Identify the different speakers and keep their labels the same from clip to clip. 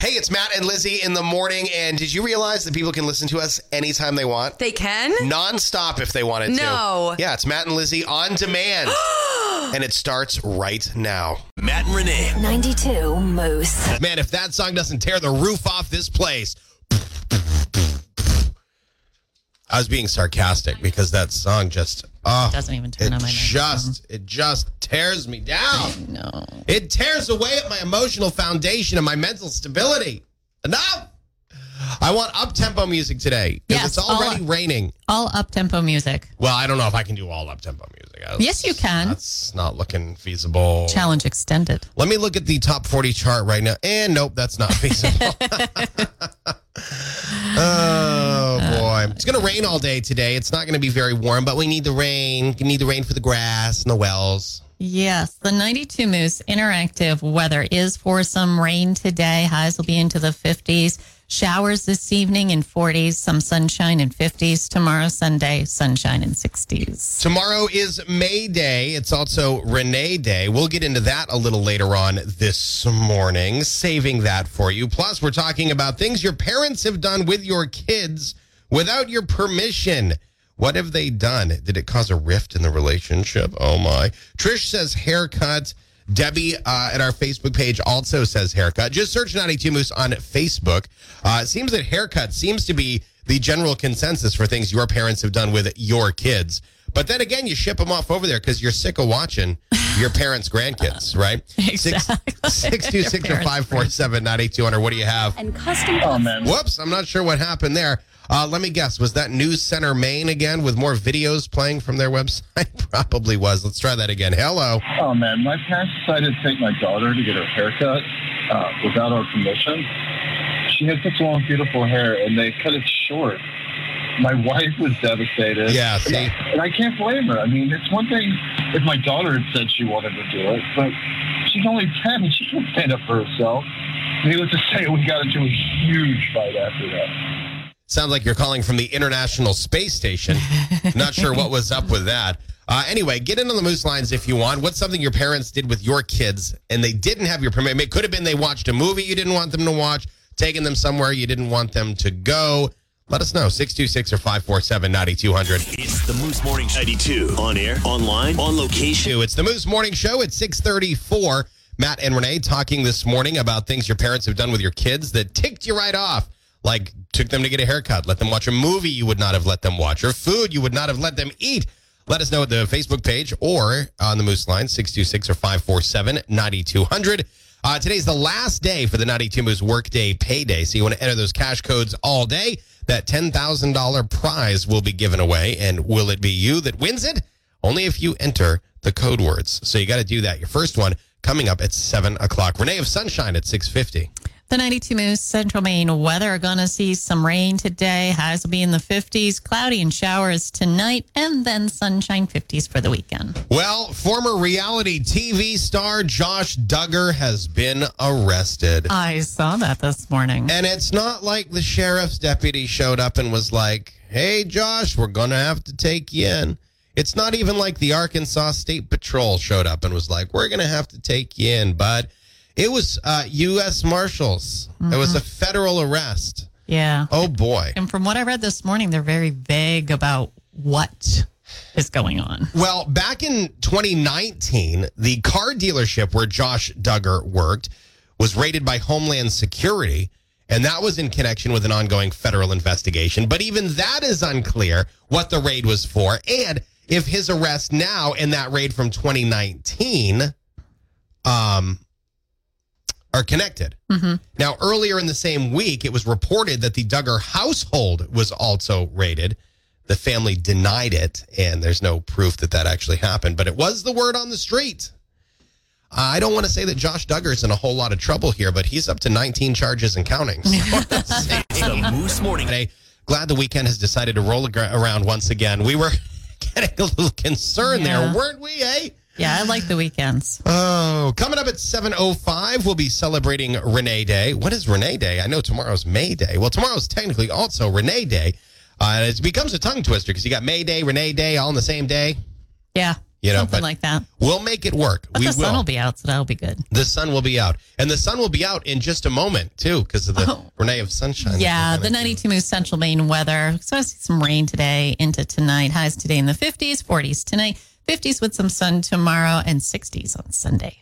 Speaker 1: It's Matt and Lizzie in the morning. And did you realize that people can listen to us anytime they want?
Speaker 2: They can?
Speaker 1: Nonstop if they wanted to.
Speaker 2: No.
Speaker 1: Yeah, it's Matt and Lizzie on demand. and it starts right now.
Speaker 3: Matt and Renee.
Speaker 4: 92 Moose.
Speaker 1: Man, if that song doesn't tear the roof off this place. I was being sarcastic because that song just oh,
Speaker 5: Doesn't even turn
Speaker 1: it
Speaker 5: on my
Speaker 1: just it just tears me down.
Speaker 5: No.
Speaker 1: It tears away at my emotional foundation and my mental stability. Enough. I want up tempo music today because it's
Speaker 5: Yes,
Speaker 1: already
Speaker 5: all-
Speaker 1: raining.
Speaker 5: All up tempo music.
Speaker 1: Well, I don't know if I can do all up tempo music. That's-
Speaker 5: Yes, you can.
Speaker 1: That's not looking feasible.
Speaker 5: Challenge extended.
Speaker 1: Let me look at the top 40 chart right now. And nope, that's not feasible.
Speaker 5: Uh,
Speaker 1: oh, boy. It's going to rain all day today. It's not going to be very warm, but we need the rain. We need the rain for the grass and the wells.
Speaker 5: Yes, the 92 Moose interactive weather is for some rain today. Highs will be into the 50s. Showers this evening in 40s, some sunshine in 50s. Tomorrow, Sunday, sunshine in 60s.
Speaker 1: Tomorrow is May Day. It's also Renee Day. We'll get into that a little later on this morning, saving that for you. Plus, we're talking about things your parents have done with your kids without your permission. What have they done? Did it cause a rift in the relationship? Oh my. Trish says haircut. Debbie uh, at our Facebook page also says haircut. Just search 92 Moose on Facebook. Uh, it seems that haircut seems to be the general consensus for things your parents have done with your kids. But then again, you ship them off over there because you're sick of watching your parents' grandkids, right? Six two six or five four seven nine eight two hundred. What do you have?
Speaker 4: And custom.
Speaker 1: Whoops, I'm not sure what happened there. Uh, let me guess. Was that News Center Maine again with more videos playing from their website? Probably was. Let's try that again. Hello.
Speaker 6: Oh man, my parents decided to take my daughter to get her haircut uh, without our permission. She had such long, beautiful hair, and they cut it short. My wife was devastated.
Speaker 1: Yeah, see?
Speaker 6: and I can't blame her. I mean, it's one thing if my daughter had said she wanted to do it, but she's only ten; and she can stand up for herself. Needless to say, we got into a huge fight after that.
Speaker 1: Sounds like you're calling from the International Space Station. Not sure what was up with that. Uh, anyway, get into the moose lines if you want. What's something your parents did with your kids and they didn't have your permission? It could have been they watched a movie you didn't want them to watch, taking them somewhere you didn't want them to go. Let us know 626 or 547 9200.
Speaker 3: It's the Moose Morning Show. 92. On air, online, on location.
Speaker 1: It's the Moose Morning Show at 634. Matt and Renee talking this morning about things your parents have done with your kids that ticked you right off. Like took them to get a haircut, let them watch a movie you would not have let them watch, or food you would not have let them eat. Let us know at the Facebook page or on the Moose line, 626 or 547 9200. Uh, today's the last day for the 92 Moose Workday Payday. So you want to enter those cash codes all day. That $10,000 prize will be given away. And will it be you that wins it? Only if you enter the code words. So you got to do that. Your first one coming up at 7 o'clock. Renee of Sunshine at 650.
Speaker 5: The 92 Moose Central Maine weather are going to see some rain today. Highs will be in the 50s, cloudy and showers tonight, and then sunshine 50s for the weekend.
Speaker 1: Well, former reality TV star Josh Duggar has been arrested.
Speaker 5: I saw that this morning.
Speaker 1: And it's not like the sheriff's deputy showed up and was like, hey, Josh, we're going to have to take you in. It's not even like the Arkansas State Patrol showed up and was like, we're going to have to take you in, bud. It was uh, U.S. Marshals. It was a federal arrest.
Speaker 5: Yeah.
Speaker 1: Oh, boy.
Speaker 5: And from what I read this morning, they're very vague about what is going on.
Speaker 1: Well, back in 2019, the car dealership where Josh Duggar worked was raided by Homeland Security, and that was in connection with an ongoing federal investigation. But even that is unclear what the raid was for and if his arrest now and that raid from 2019 um, are connected. Now, earlier in the same week, it was reported that the Duggar household was also raided. The family denied it, and there's no proof that that actually happened, but it was the word on the street. I don't want to say that Josh Duggar's in a whole lot of trouble here, but he's up to 19 charges and counting. So that's it.
Speaker 3: It's the Moose Morning.
Speaker 1: Friday. Glad the weekend has decided to roll agr- around once again. We were getting a little concerned
Speaker 5: Yeah.
Speaker 1: there, weren't we, eh?
Speaker 5: Yeah, I like the weekends.
Speaker 1: Oh, coming up at 7.05, we'll be celebrating Renee Day. What is Renee Day? I know tomorrow's May Day. Well, tomorrow's technically also Renee Day. Uh, and it becomes a tongue twister because you got May Day, Renee Day all on the same day.
Speaker 5: Yeah.
Speaker 1: You know,
Speaker 5: something
Speaker 1: but
Speaker 5: like that.
Speaker 1: we'll make it work.
Speaker 5: But
Speaker 1: we
Speaker 5: the
Speaker 1: will.
Speaker 5: sun will be out, so that'll be good.
Speaker 1: The sun will be out, and the sun will be out in just a moment too, because of the
Speaker 5: Oh.
Speaker 1: Renee of sunshine.
Speaker 5: Yeah, the
Speaker 1: We're gonna do.
Speaker 5: 92 Moose Central Maine weather. So I see some rain today into tonight. Highs today in the 50s, 40s tonight, 50s with some sun tomorrow, and 60s on Sunday.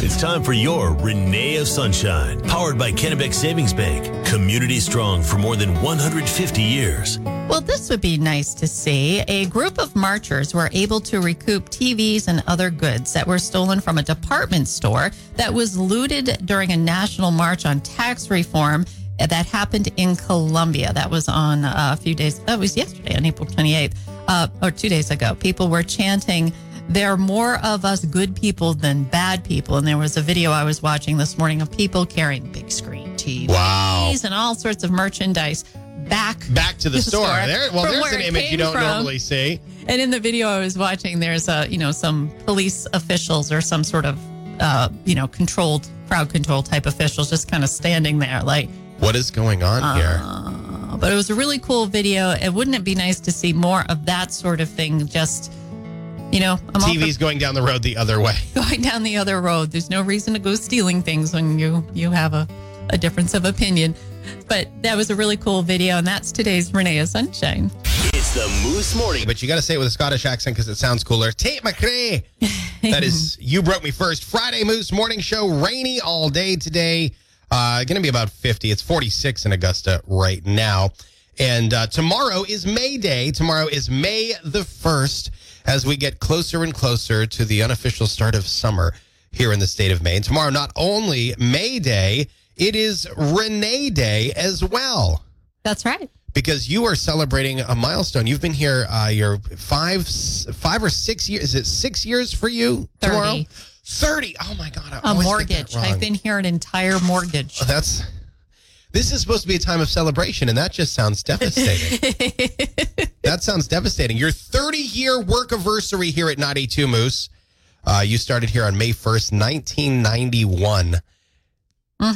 Speaker 3: It's time for your Renee of Sunshine, powered by Kennebec Savings Bank, community strong for more than 150 years.
Speaker 5: Well, this would be nice to see. A group of marchers were able to recoup TVs and other goods that were stolen from a department store that was looted during a national march on tax reform that happened in Colombia. That was on uh, a few days, that was yesterday on April 28th, uh, or two days ago. People were chanting, there are more of us good people than bad people. And there was a video I was watching this morning of people carrying big screen TVs
Speaker 1: Wow.
Speaker 5: and all sorts of merchandise back
Speaker 1: Back to the,
Speaker 5: The
Speaker 1: store.
Speaker 5: store.
Speaker 1: There, well,
Speaker 5: From
Speaker 1: there's
Speaker 5: where
Speaker 1: an
Speaker 5: it
Speaker 1: image you
Speaker 5: came
Speaker 1: don't
Speaker 5: from.
Speaker 1: normally see.
Speaker 5: And in the video I was watching, there's a you know some police officials or some sort of uh, you know controlled crowd control type officials just kind of standing there like.
Speaker 1: What is going on here?
Speaker 5: "Oh," But it was a really cool video, and wouldn't it be nice to see more of that sort of thing? Just you know, I'm all
Speaker 1: TV's going down the road the other way.
Speaker 5: for going down the other road. There's no reason to go stealing things when you you have a, a difference of opinion. But that was a really cool video, and that's today's Renee of Sunshine.
Speaker 3: It's the Moose Morning.
Speaker 1: But you got to say it with a Scottish accent because it sounds cooler. Tate McRae. that is, you broke me first. Friday Moose Morning Show, rainy all day today. Uh, going to be about 50. It's 46 in Augusta right now. And uh, tomorrow is May Day. Tomorrow is May the 1st as we get closer and closer to the unofficial start of summer here in the state of Maine. Tomorrow, not only May Day, it is Renee Day as well
Speaker 5: That's right.
Speaker 1: because you are celebrating a milestone. You've been here uh, your five five or six years. Is it six years for you
Speaker 5: Thirty.
Speaker 1: tomorrow? Thirty. Oh my god! I
Speaker 5: A
Speaker 1: always get that
Speaker 5: mortgage.
Speaker 1: wrong. Oh,
Speaker 5: I've been here an entire mortgage.
Speaker 1: That's. This is supposed to be a time of celebration, and that just sounds devastating. that sounds devastating. Your 30 year work anniversary here at Naughty Two Moose. Uh, you started here on May 1st, 1991.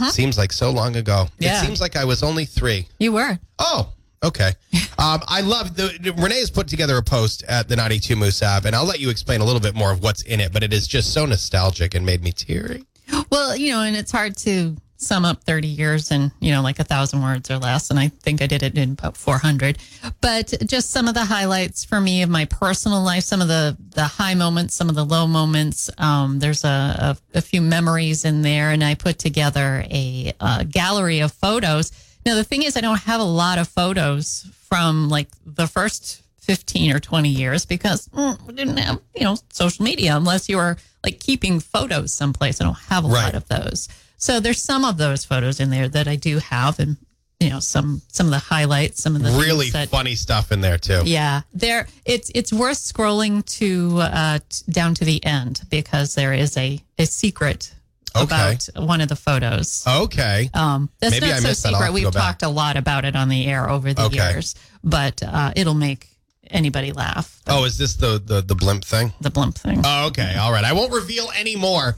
Speaker 1: Seems like so long ago.
Speaker 5: Mm-hmm. Yeah.
Speaker 1: It seems like I was only three.
Speaker 5: You were.
Speaker 1: Oh, okay. Um, I love the Renee has put together a post at the 92 Moose app, and I'll let you explain a little bit more of what's in it, but it is just so nostalgic and made me teary.
Speaker 5: Well, you know, and it's hard to sum up 30 years in, you know, like a thousand words or less. And I think I did it in about 400. But just some of the highlights for me of my personal life, some of the, the high moments, some of the low moments. Um, there's a, a, a few memories in there. And I put together a uh, gallery of photos. Now, the thing is, I don't have a lot of photos from like the first 15 or 20 years because mm, we didn't have, you know, social media unless you were like keeping photos someplace. I don't have a
Speaker 1: Right.
Speaker 5: lot of those. So there's some of those photos in there that I do have and, you know, some, some of the highlights, some of the things
Speaker 1: Really
Speaker 5: that,
Speaker 1: funny stuff in there, too.
Speaker 5: yeah, there it's it's worth scrolling to uh, t- down to the end because there is a, a secret
Speaker 1: Okay.
Speaker 5: about one of the photos.
Speaker 1: Okay.
Speaker 5: Um, that's
Speaker 1: Maybe
Speaker 5: not
Speaker 1: I
Speaker 5: so
Speaker 1: missed that. I'll have
Speaker 5: secret.
Speaker 1: to
Speaker 5: We've
Speaker 1: go back.
Speaker 5: talked a lot about it on the air over the
Speaker 1: Okay.
Speaker 5: years, but uh, it'll make anybody laugh.
Speaker 1: Oh, is this the, the, the blimp thing?
Speaker 5: The blimp thing.
Speaker 1: Oh, okay. All right. I won't reveal any more.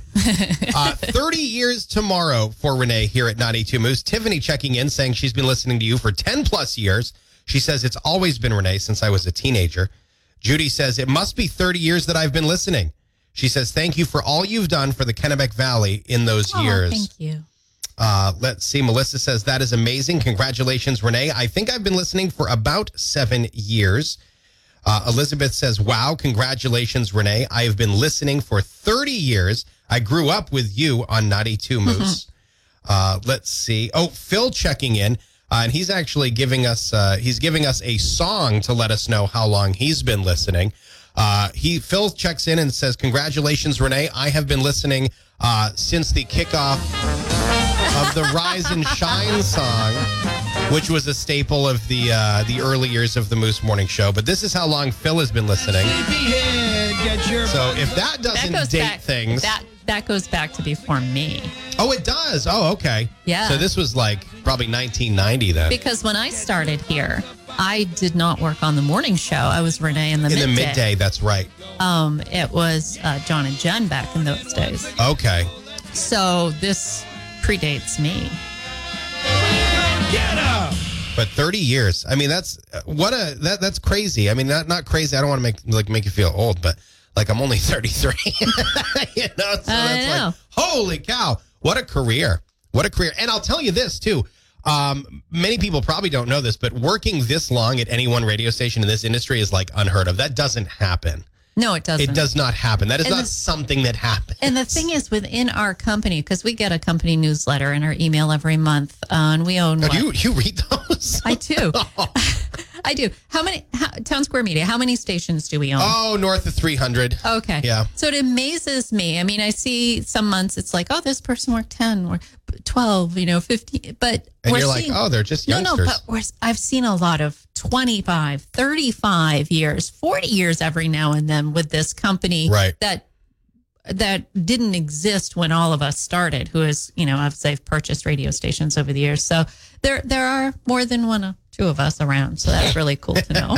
Speaker 1: Uh, 30 years tomorrow for Renee here at 92 Moose. Tiffany checking in saying she's been listening to you for 10 plus years. She says it's always been Renee since I was a teenager. Judy says it must be 30 years that I've been listening. She says, thank you for all you've done for the Kennebec Valley in those
Speaker 5: Oh,
Speaker 1: years.
Speaker 5: thank you.
Speaker 1: Uh, let's see. Melissa says that is amazing. Congratulations, Renee. I think I've been listening for about seven years. Uh, Elizabeth says, "Wow, congratulations, Renee. I have been listening for thirty years. I grew up with you on Naughty Two Moose." uh, let's see. Oh, Phil checking in, uh, and he's actually giving us uh, he's giving us a song to let us know how long he's been listening. Uh, he Phil checks in and says, "Congratulations, Renee. I have been listening uh, since the kickoff." of the Rise and Shine song, which was a staple of the uh, the early years of the Moose Morning Show. But this is how long Phil has been listening. So if that
Speaker 5: That
Speaker 1: doesn't
Speaker 5: goes
Speaker 1: date
Speaker 5: back.
Speaker 1: things,
Speaker 5: That that goes back to before me
Speaker 1: oh, it does. Oh, okay.
Speaker 5: Yeah.
Speaker 1: So this was like probably 1990 then.
Speaker 5: because when I started here, I did not work on the morning show. I was Renee in the
Speaker 1: In
Speaker 5: midday.
Speaker 1: the midday, that's right.
Speaker 5: Um, it was uh, John and Jen back in those days.
Speaker 1: Okay.
Speaker 5: So this predates me.
Speaker 1: But 30 uh, years. I mean, that's what a that that's crazy. I mean, not not crazy. I don't want to make like make you feel old, but Like I'm only 33. you know, so
Speaker 5: I
Speaker 1: it's
Speaker 5: know.
Speaker 1: like, holy cow, what a career. What a career. And I'll tell you this too. Um, many people probably don't know this, but working this long at any one radio station in this industry is like unheard of. That doesn't happen.
Speaker 5: No, it doesn't.
Speaker 1: It does not happen. That is
Speaker 5: And
Speaker 1: not
Speaker 5: the-
Speaker 1: something that happens.
Speaker 5: And the thing is, within our company, because we get a company newsletter in our email every month, uh, and we own.
Speaker 1: Oh,
Speaker 5: what-
Speaker 1: do you, you read those?
Speaker 5: I do. I do. How many how, Town Square Media? How many stations do we own?
Speaker 1: oh, north of 300.
Speaker 5: Okay.
Speaker 1: Yeah.
Speaker 5: So it amazes me. I mean, I see some months it's like, oh, this person worked 10 or 12, you know, 15. But
Speaker 1: and
Speaker 5: we're
Speaker 1: you're like,
Speaker 5: seeing,
Speaker 1: oh, they're just
Speaker 5: no,
Speaker 1: youngsters.
Speaker 5: no, but we're, I've seen a lot of 25, 35 years, 40 years every now and then with this company
Speaker 1: Right.
Speaker 5: that that didn't exist when all of us started who is you know obviously i've purchased radio stations over the years so there there are more than one or two of us around so that's really cool to know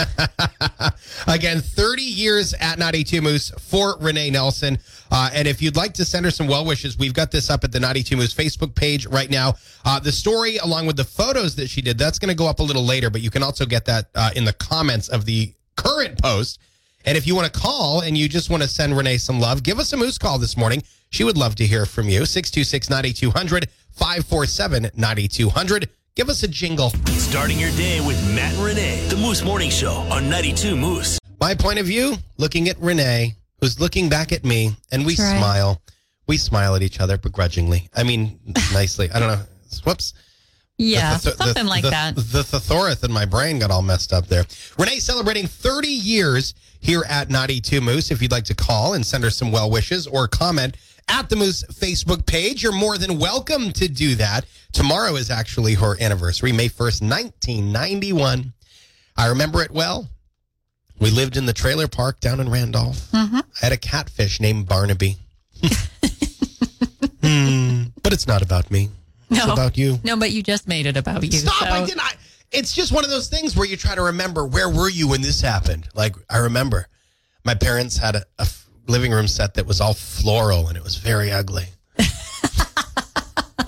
Speaker 1: Again, 30 years at 92 Moose for Renee Nelson. Uh, and if you'd like to send her some well wishes, we've got this up at the 92 Moose Facebook page right now. Uh, the story, along with the photos that she did, that's going to go up a little later, but you can also get that uh, in the comments of the current post. And if you want to call and you just want to send Renee some love, give us a Moose call this morning. She would love to hear from you. 626 9200 547 9200. Give us a jingle.
Speaker 3: Starting your day with Matt and Renee, the Moose Morning Show on 92 Moose.
Speaker 1: my point of view, looking at Renee, who's looking back at me, and we
Speaker 5: That's right.
Speaker 1: smile. We smile at each other begrudgingly. I mean, nicely. I don't know. Whoops. The
Speaker 5: yeah
Speaker 1: thetho- the-
Speaker 5: something like
Speaker 1: the-
Speaker 5: that
Speaker 1: The thesaurus in my brain got all messed up there. Renee celebrating 30 years here at Naughty 2 Moose. If you'd like to call and send her some well wishes or comment at the Moose Facebook page, you're more than welcome to do that. Tomorrow is actually her anniversary, May 1st, 1991. I remember it well. We lived in the trailer park down in Randolph.
Speaker 5: Mm-hmm.
Speaker 1: I had a catfish named Barnaby. Hmm, but it's not about me. It's
Speaker 5: No.
Speaker 1: about you.
Speaker 5: No, but you just made it about you.
Speaker 1: Stop!
Speaker 5: so-
Speaker 1: I didn't. I, it's just one of those things where you try to remember where were you when this happened. Like I remember, my parents had a, a f- living room set that was all floral and it was very ugly.
Speaker 5: I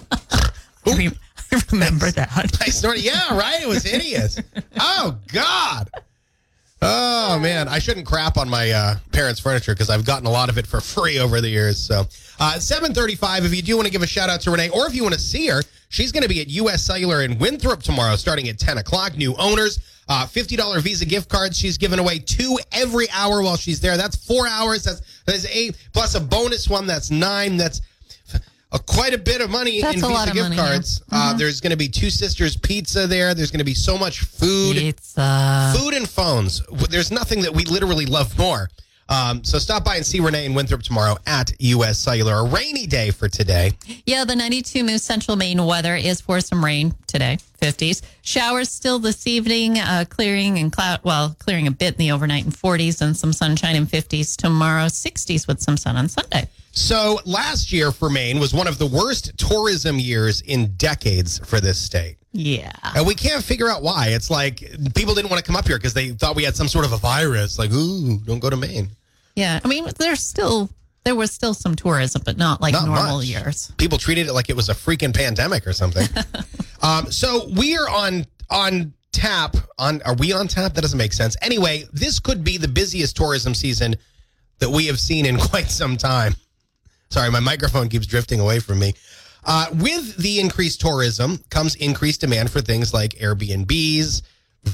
Speaker 5: rem- I remember that.
Speaker 1: I snorted. Yeah, right. It was hideous. oh God. Oh man, I shouldn't crap on my uh, parents' furniture because I've gotten a lot of it for free over the years. So, uh, seven thirty-five. If you do want to give a shout out to Renee, or if you want to see her, she's going to be at U.S. Cellular in Winthrop tomorrow, starting at ten o'clock. New owners, uh, fifty dollar Visa gift cards. She's giving away two every hour while she's there. That's four hours. That's that's eight plus a bonus one. That's nine. That's a, quite a bit of money
Speaker 5: That's
Speaker 1: in
Speaker 5: a
Speaker 1: Visa
Speaker 5: lot of
Speaker 1: gift
Speaker 5: money, yeah.
Speaker 1: cards. Uh, there's going to be two sisters pizza there. There's going to be so much food
Speaker 5: It's uh,
Speaker 1: food and phones. W- There's nothing that we literally love more. Um, so stop by and see Renee in Winthrop tomorrow at U.S. Cellular. A rainy day for today.
Speaker 5: yeah, the 92 Moose Central Maine weather is for some rain today, 50s. Showers still this evening, uh, clearing and cloud, well, clearing a bit in the overnight in 40s and some sunshine in 50s tomorrow, 60s with some sun on Sunday.
Speaker 1: So last year for Maine was one of the worst tourism years in decades for this state.
Speaker 5: Yeah.
Speaker 1: And we can't figure out why. It's like people didn't want to come up here because they thought we had some sort of a virus. Like, ooh, don't go to Maine.
Speaker 5: Yeah. I mean, there's still, there was still some tourism, but not like
Speaker 1: Not
Speaker 5: normal
Speaker 1: much.
Speaker 5: years.
Speaker 1: People treated it like it was a freaking pandemic or something. um, so we are on on tap. On are we on tap? That doesn't make sense. Anyway, this could be the busiest tourism season that we have seen in quite some time. Sorry, my microphone keeps drifting away from me. Uh, with the increased tourism comes increased demand for things like Airbnbs,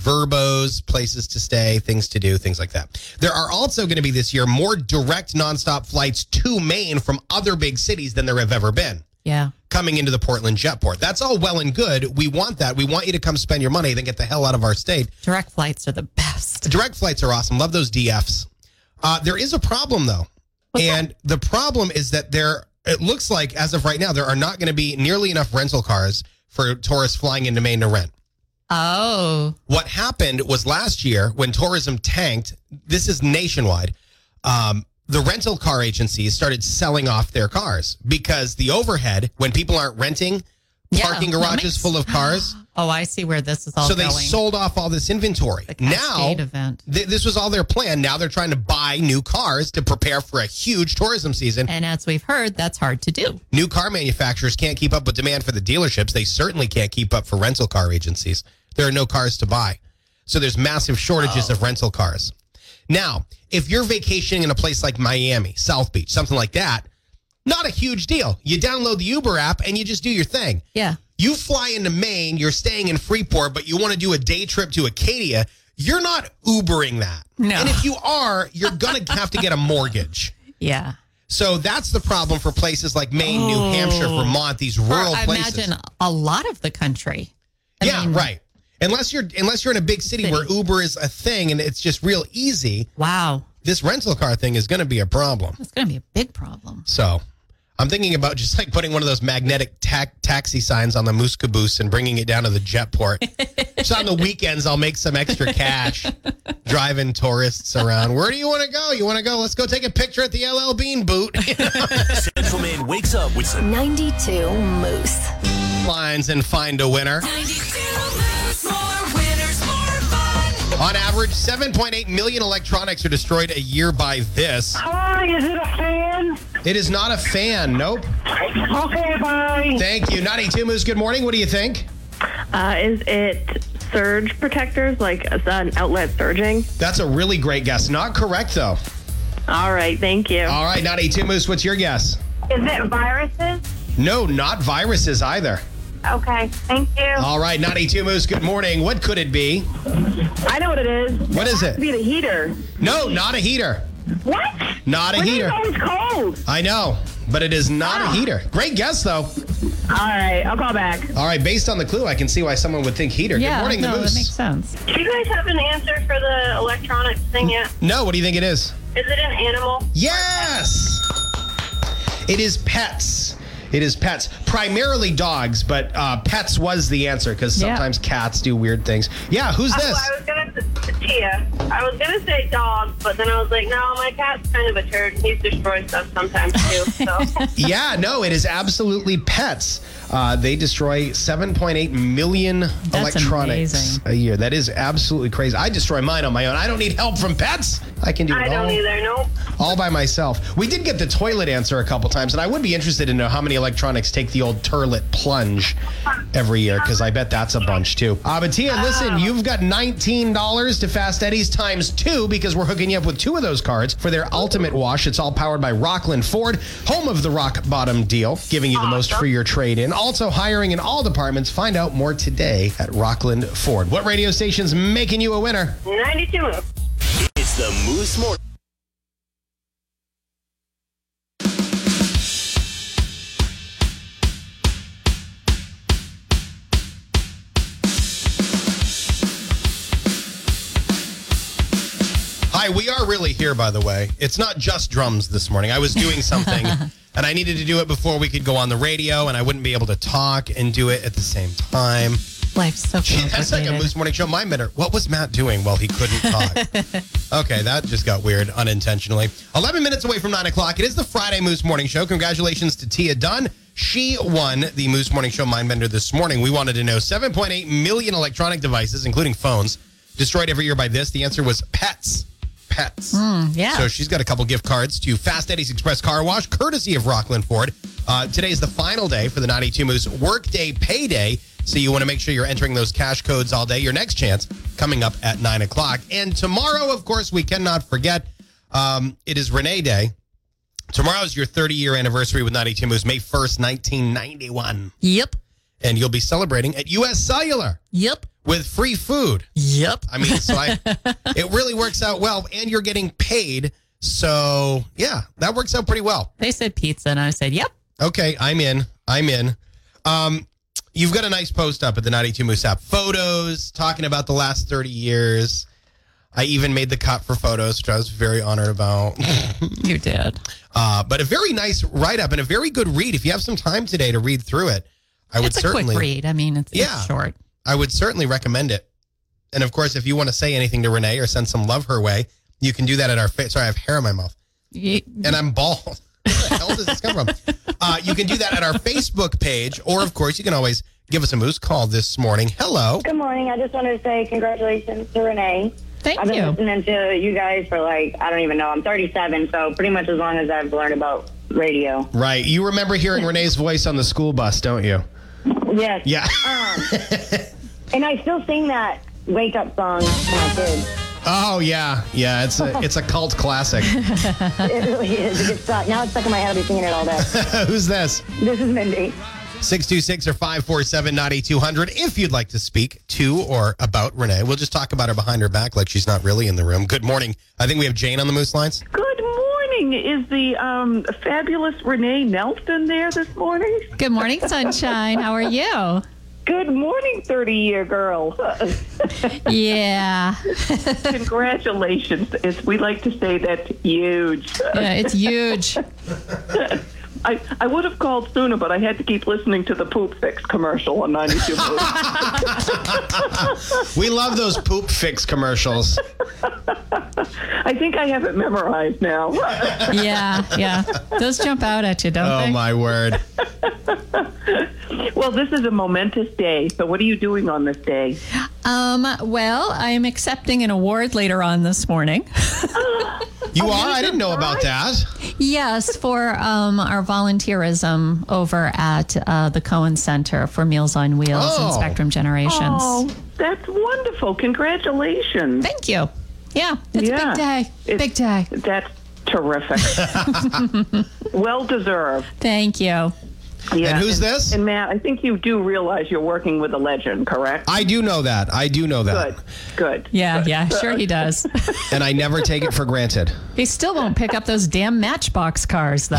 Speaker 1: verbos, places to stay, things to do, things like that. There are also going to be this year more direct nonstop flights to Maine from other big cities than there have ever been
Speaker 5: Yeah.
Speaker 1: coming into the Portland jetport. That's all well and good. We want that. We want you to come spend your money, then get the hell out of our state.
Speaker 5: Direct flights are the best.
Speaker 1: Direct flights are awesome. Love those DFs. Uh, there is a problem though, and the problem is that there. It looks like as of right now, there are not going to be nearly enough rental cars for tourists flying into Maine to rent.
Speaker 5: Oh,
Speaker 1: What happened was last year when tourism tanked, this is nationwide, um, the rental car agencies started selling off their cars because the overhead, when people aren't renting,
Speaker 5: Yeah,
Speaker 1: parking
Speaker 5: that
Speaker 1: garages
Speaker 5: makes-
Speaker 1: full of cars.
Speaker 5: oh, I see where this is all
Speaker 1: so they
Speaker 5: going.
Speaker 1: sold off all this inventory.
Speaker 5: The
Speaker 1: now,
Speaker 5: Cascade event.
Speaker 1: th- this was all their plan. Now they're trying to buy new cars to prepare for a huge tourism season.
Speaker 5: And as we've heard, that's hard to do.
Speaker 1: New car manufacturers can't keep up with demand for the dealerships. They certainly can't keep up for rental car agencies. There are no cars to buy. So there's massive shortages of rental cars. Now, if you're vacationing in a place like Miami, South Beach, something like that, not a huge deal. You download the Uber app and you just do your thing.
Speaker 5: Yeah.
Speaker 1: You fly into Maine, you're staying in Freeport, but you want to do a day trip to Acadia. You're not Ubering that.
Speaker 5: No.
Speaker 1: And if you are, you're going to have to get a mortgage.
Speaker 5: Yeah.
Speaker 1: So that's the problem for places like Maine, New Hampshire, Vermont, these rural
Speaker 5: Oh. I
Speaker 1: places.
Speaker 5: imagine a lot of the country. I
Speaker 1: yeah,
Speaker 5: mean,
Speaker 1: right. Unless you're unless you're in a big city, where Uber is a thing and it's just real easy,
Speaker 5: Wow.
Speaker 1: this rental car thing is going to be a problem.
Speaker 5: That's going to be a big problem.
Speaker 1: So, I'm thinking about just like putting one of those magnetic ta- taxi signs on the moose caboose and bringing it down to the jet port. so on the weekends, I'll make some extra cash driving tourists around. Where do you want to go? You want to go? Let's go take a picture at the LL Bean boot.
Speaker 3: Central Maine wakes up with some
Speaker 4: 92 Moose.
Speaker 1: lines and find a winner.
Speaker 2: 92 moves, more winners, more fun.
Speaker 1: On average, 7.8 million electronics are destroyed a year by this.
Speaker 7: Hi, is it a fan?
Speaker 1: It is not a fan. Nope.
Speaker 7: Okay, bye.
Speaker 1: Thank you. Naughty Two Moose, good morning. What do you think?
Speaker 8: Uh, is it surge protectors, like uh, an outlet surging?
Speaker 1: That's a really great guess. Not correct, though.
Speaker 8: All right, thank you.
Speaker 1: All right, Naughty Two Moose, what's your guess?
Speaker 7: Is it viruses?
Speaker 1: No, not viruses either.
Speaker 7: Okay, thank you.
Speaker 1: All right, Naughty Two Moose, good morning. What could it be?
Speaker 8: I know what it is.
Speaker 1: What is it?
Speaker 8: Be the heater.
Speaker 1: No, not a heater.
Speaker 7: What?
Speaker 1: Not a heater.
Speaker 8: It's cold.
Speaker 1: I know, but it is not
Speaker 8: Ah.
Speaker 1: a heater. Great guess, though. Uh,
Speaker 8: All right, I'll call back.
Speaker 1: All right, based on the clue, I can see why someone would think heater.
Speaker 5: yeah.
Speaker 1: good morning,
Speaker 5: no,
Speaker 1: the Moose.
Speaker 5: that makes sense.
Speaker 8: Do you guys have an answer for the electronics thing yet?
Speaker 1: no, what do you think it is?
Speaker 8: Is it an animal?
Speaker 1: Yes. It is pets. It is pets, primarily dogs, but uh, pets was the answer because
Speaker 5: Yeah.
Speaker 1: sometimes cats do weird things. Yeah, who's this?
Speaker 8: Oh, I was gonna Tia. I was gonna say dog, but then I was like, no, my cat's kind of a turd. He's destroyed stuff sometimes too. So
Speaker 1: yeah, no, it is absolutely pets. Uh, they destroy 7.8 million electronics
Speaker 5: amazing.
Speaker 1: a year. That is absolutely crazy. I destroy mine on my own. I don't need help from pets. I can do it
Speaker 8: I
Speaker 1: all,
Speaker 8: don't either. Nope.
Speaker 1: all by myself. We did get the toilet answer a couple times, and I would be interested to know how many electronics take the old toilet plunge every year because I bet that's a bunch too. Uh, but Tia, listen, you've got $19 to Fast Eddie's times two because we're hooking you up with two of those cards for their ultimate wash. It's all powered by Rockland Ford, home of the rock bottom deal, giving you the most for your trade in. Also hiring in all departments. Find out more today at Rockland Ford. What radio station's making you a winner?
Speaker 8: 92 moves.
Speaker 3: It's the Moose Morning.
Speaker 1: Hi, we are really here, by the way. It's not just drums this morning. I was doing something and I needed to do it before we could go on the radio, and I wouldn't be able to talk and do it at the same time.
Speaker 5: Life's so
Speaker 1: Gee,
Speaker 5: complicated.
Speaker 1: that's like a Moose Morning Show. My minute. What was Matt doing while he couldn't talk? okay, that just got weird unintentionally. 11 minutes away from 9 o'clock. It is the Friday Moose Morning Show. Congratulations to Tia Dunn. She won the Moose Morning Show Mindbender this morning. We wanted to know 7.8 million electronic devices, including phones, destroyed every year by this. The answer was pets. Pets.
Speaker 5: yeah.
Speaker 1: So she's got a couple gift cards to Fast Eddie's Express Car Wash, courtesy of Rockland Ford. Uh, today is the final day for the 92 Moose Workday Payday. So you want to make sure you're entering those cash codes all day. Your next chance coming up at 9 o'clock. And tomorrow, of course, we cannot forget um, it is Renee Day. Tomorrow is your 30 year anniversary with 92 Moose, May 1st, 1991.
Speaker 5: yep.
Speaker 1: And you'll be celebrating at US Cellular
Speaker 5: Yep.
Speaker 1: with free food.
Speaker 5: Yep.
Speaker 1: I mean, so I, it really works out well, and you're getting paid. So yeah, that works out pretty well.
Speaker 5: They said pizza, and I said, yep.
Speaker 1: Okay, I'm in. I'm in. Um, you've got a nice post up at the 92 Moose app. Photos talking about the last 30 years. I even made the cut for photos, which I was very honored about.
Speaker 5: You did.
Speaker 1: Uh, but a very nice write up and a very good read. If you have some time today to read through it, I would
Speaker 5: it's a
Speaker 1: certainly
Speaker 5: quick read. I mean, it's,
Speaker 1: Yeah.
Speaker 5: it's short.
Speaker 1: I would certainly recommend it. And of course, if you want to say anything to Renee or send some love her way, you can do that at our fa- sorry, I have hair in my mouth
Speaker 5: You,
Speaker 1: and I'm bald. Where the hell does this come from? Uh, you can do that at our Facebook page, or of course, you can always give us a moose call this morning. Hello.
Speaker 9: Good morning. I just wanted to say congratulations to Renee. I've
Speaker 5: thank
Speaker 9: been
Speaker 5: you.
Speaker 9: listening to you guys for like, I don't even know. I'm 37, so pretty much as long as I've learned about radio.
Speaker 1: Right. You remember hearing Renee's voice on the school bus, don't you?
Speaker 9: Yes.
Speaker 1: Yeah.
Speaker 9: Um, and I still sing that wake up song to my kids.
Speaker 10: Oh yeah, yeah. It's a it's a cult classic.
Speaker 9: It really is. It's, uh, now it's stuck in my head. I'll be singing it all day.
Speaker 10: Who's this?
Speaker 9: this is Mindy.
Speaker 1: 626 or 547 9200 if you'd like to speak to or about Renee. We'll just talk about her behind her back like she's not really in the room. Good morning. I think we have Jane on the Moose Lines.
Speaker 11: Good morning. Is the um, fabulous Renee Nelson there this morning?
Speaker 5: Good morning, sunshine. How are you?
Speaker 11: Good morning, 30 year girl.
Speaker 5: Yeah.
Speaker 11: Congratulations. As we like to say, that's huge.
Speaker 5: yeah it's huge.
Speaker 11: I, I would have called sooner, but I had to keep listening to the Poop Fix commercial on 92 Poop.
Speaker 10: We love those poop fix commercials.
Speaker 11: I think I have it memorized now.
Speaker 5: Yeah, yeah. Those jump out at you, don't
Speaker 10: Oh
Speaker 5: they?
Speaker 10: my word.
Speaker 11: well, this is a momentous day. So, what are you doing on this day?
Speaker 5: Um, well, I'm accepting an award later on this morning.
Speaker 10: You are? I didn't know about that.
Speaker 5: Yes, for um, our volunteerism over at uh, the Cohen Center for Meals on Wheels
Speaker 10: Oh.
Speaker 5: and Spectrum Generations.
Speaker 11: Oh, that's wonderful. Congratulations.
Speaker 5: Thank you. Yeah, it's
Speaker 11: Yeah.
Speaker 5: a big day.
Speaker 11: It's-
Speaker 5: big day.
Speaker 11: That's terrific. well deserved.
Speaker 5: Thank you.
Speaker 11: Yeah.
Speaker 10: And who's this?
Speaker 11: And Matt, I think you do realize you're working with a legend, correct?
Speaker 10: I do know that. I do know that.
Speaker 11: Good. Good.
Speaker 5: Yeah, yeah, sure he does.
Speaker 10: And I never take it for granted.
Speaker 5: he still won't pick up those damn Matchbox cars, though.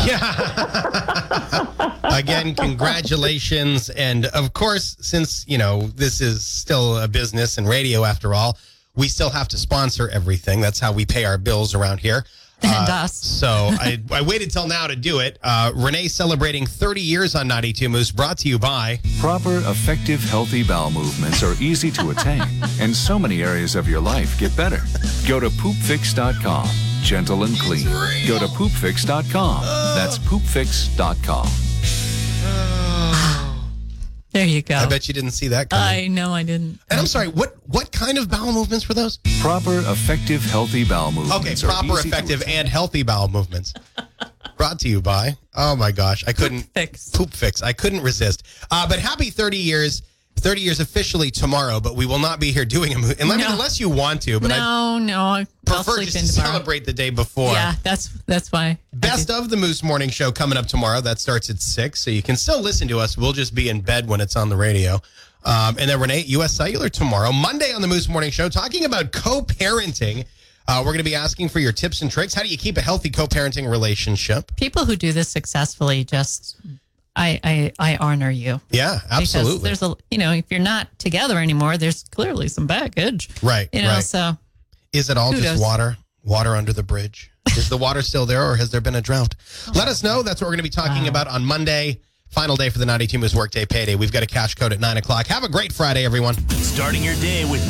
Speaker 1: Again, congratulations. And of course, since, you know, this is still a business and radio after all, we still have to sponsor everything. That's how we pay our bills around here.
Speaker 5: And us.
Speaker 1: So I, I waited till now to do it. Uh, Renee celebrating 30 years on 92 Moose, brought to you by.
Speaker 12: Proper, effective, healthy bowel movements are easy to attain, and so many areas of your life get better. Go to poopfix.com. Gentle and clean. Go to poopfix.com. That's poopfix.com.
Speaker 5: There you go.
Speaker 12: Oh.
Speaker 1: I bet you didn't see that coming.
Speaker 5: I know I didn't.
Speaker 1: and I'm sorry, what, what kind of bowel movements were those?
Speaker 12: Proper, effective, healthy bowel
Speaker 1: Okay,
Speaker 12: movements. are
Speaker 1: proper,
Speaker 12: easy to
Speaker 1: effective, and healthy bowel movements. Brought to you by. Oh my gosh, I couldn't
Speaker 5: fix.
Speaker 1: Poop fix. I couldn't resist. Uh, but happy 30 years. 30 years officially tomorrow, but we will not be here doing a movie unless,
Speaker 5: No.
Speaker 1: unless you want to. But I
Speaker 5: no, no. I'll
Speaker 1: prefer
Speaker 5: sleep
Speaker 1: just to
Speaker 5: in tomorrow.
Speaker 1: celebrate the day before.
Speaker 5: Yeah, that's that's why. I
Speaker 1: Best of the Moose Morning Show coming up tomorrow. That starts at six, so you can still listen to us. We'll just be in bed when it's on the radio. Um, and then Renee at U.S. Cellular tomorrow, Monday on the Moose Morning Show, talking about co-parenting. Uh, we're going to be asking for your tips and tricks. How do you keep a healthy co-parenting relationship?
Speaker 5: people who do this successfully just I I, I honor you.
Speaker 1: Yeah, absolutely.
Speaker 5: Because there's a you know, if you're not together anymore, there's clearly some baggage.
Speaker 1: Right,
Speaker 5: You know,
Speaker 1: right.
Speaker 5: so
Speaker 1: Is it all
Speaker 5: Who
Speaker 1: just
Speaker 5: knows?
Speaker 1: water? Water under the bridge? Is the water still there or has there been a drought? Let us know. That's what we're going to be talking about on Monday. Final day for the 92 Moose Workday Payday. We've got a cash code at 9 o'clock. Have a great Friday, everyone.
Speaker 3: Starting your day with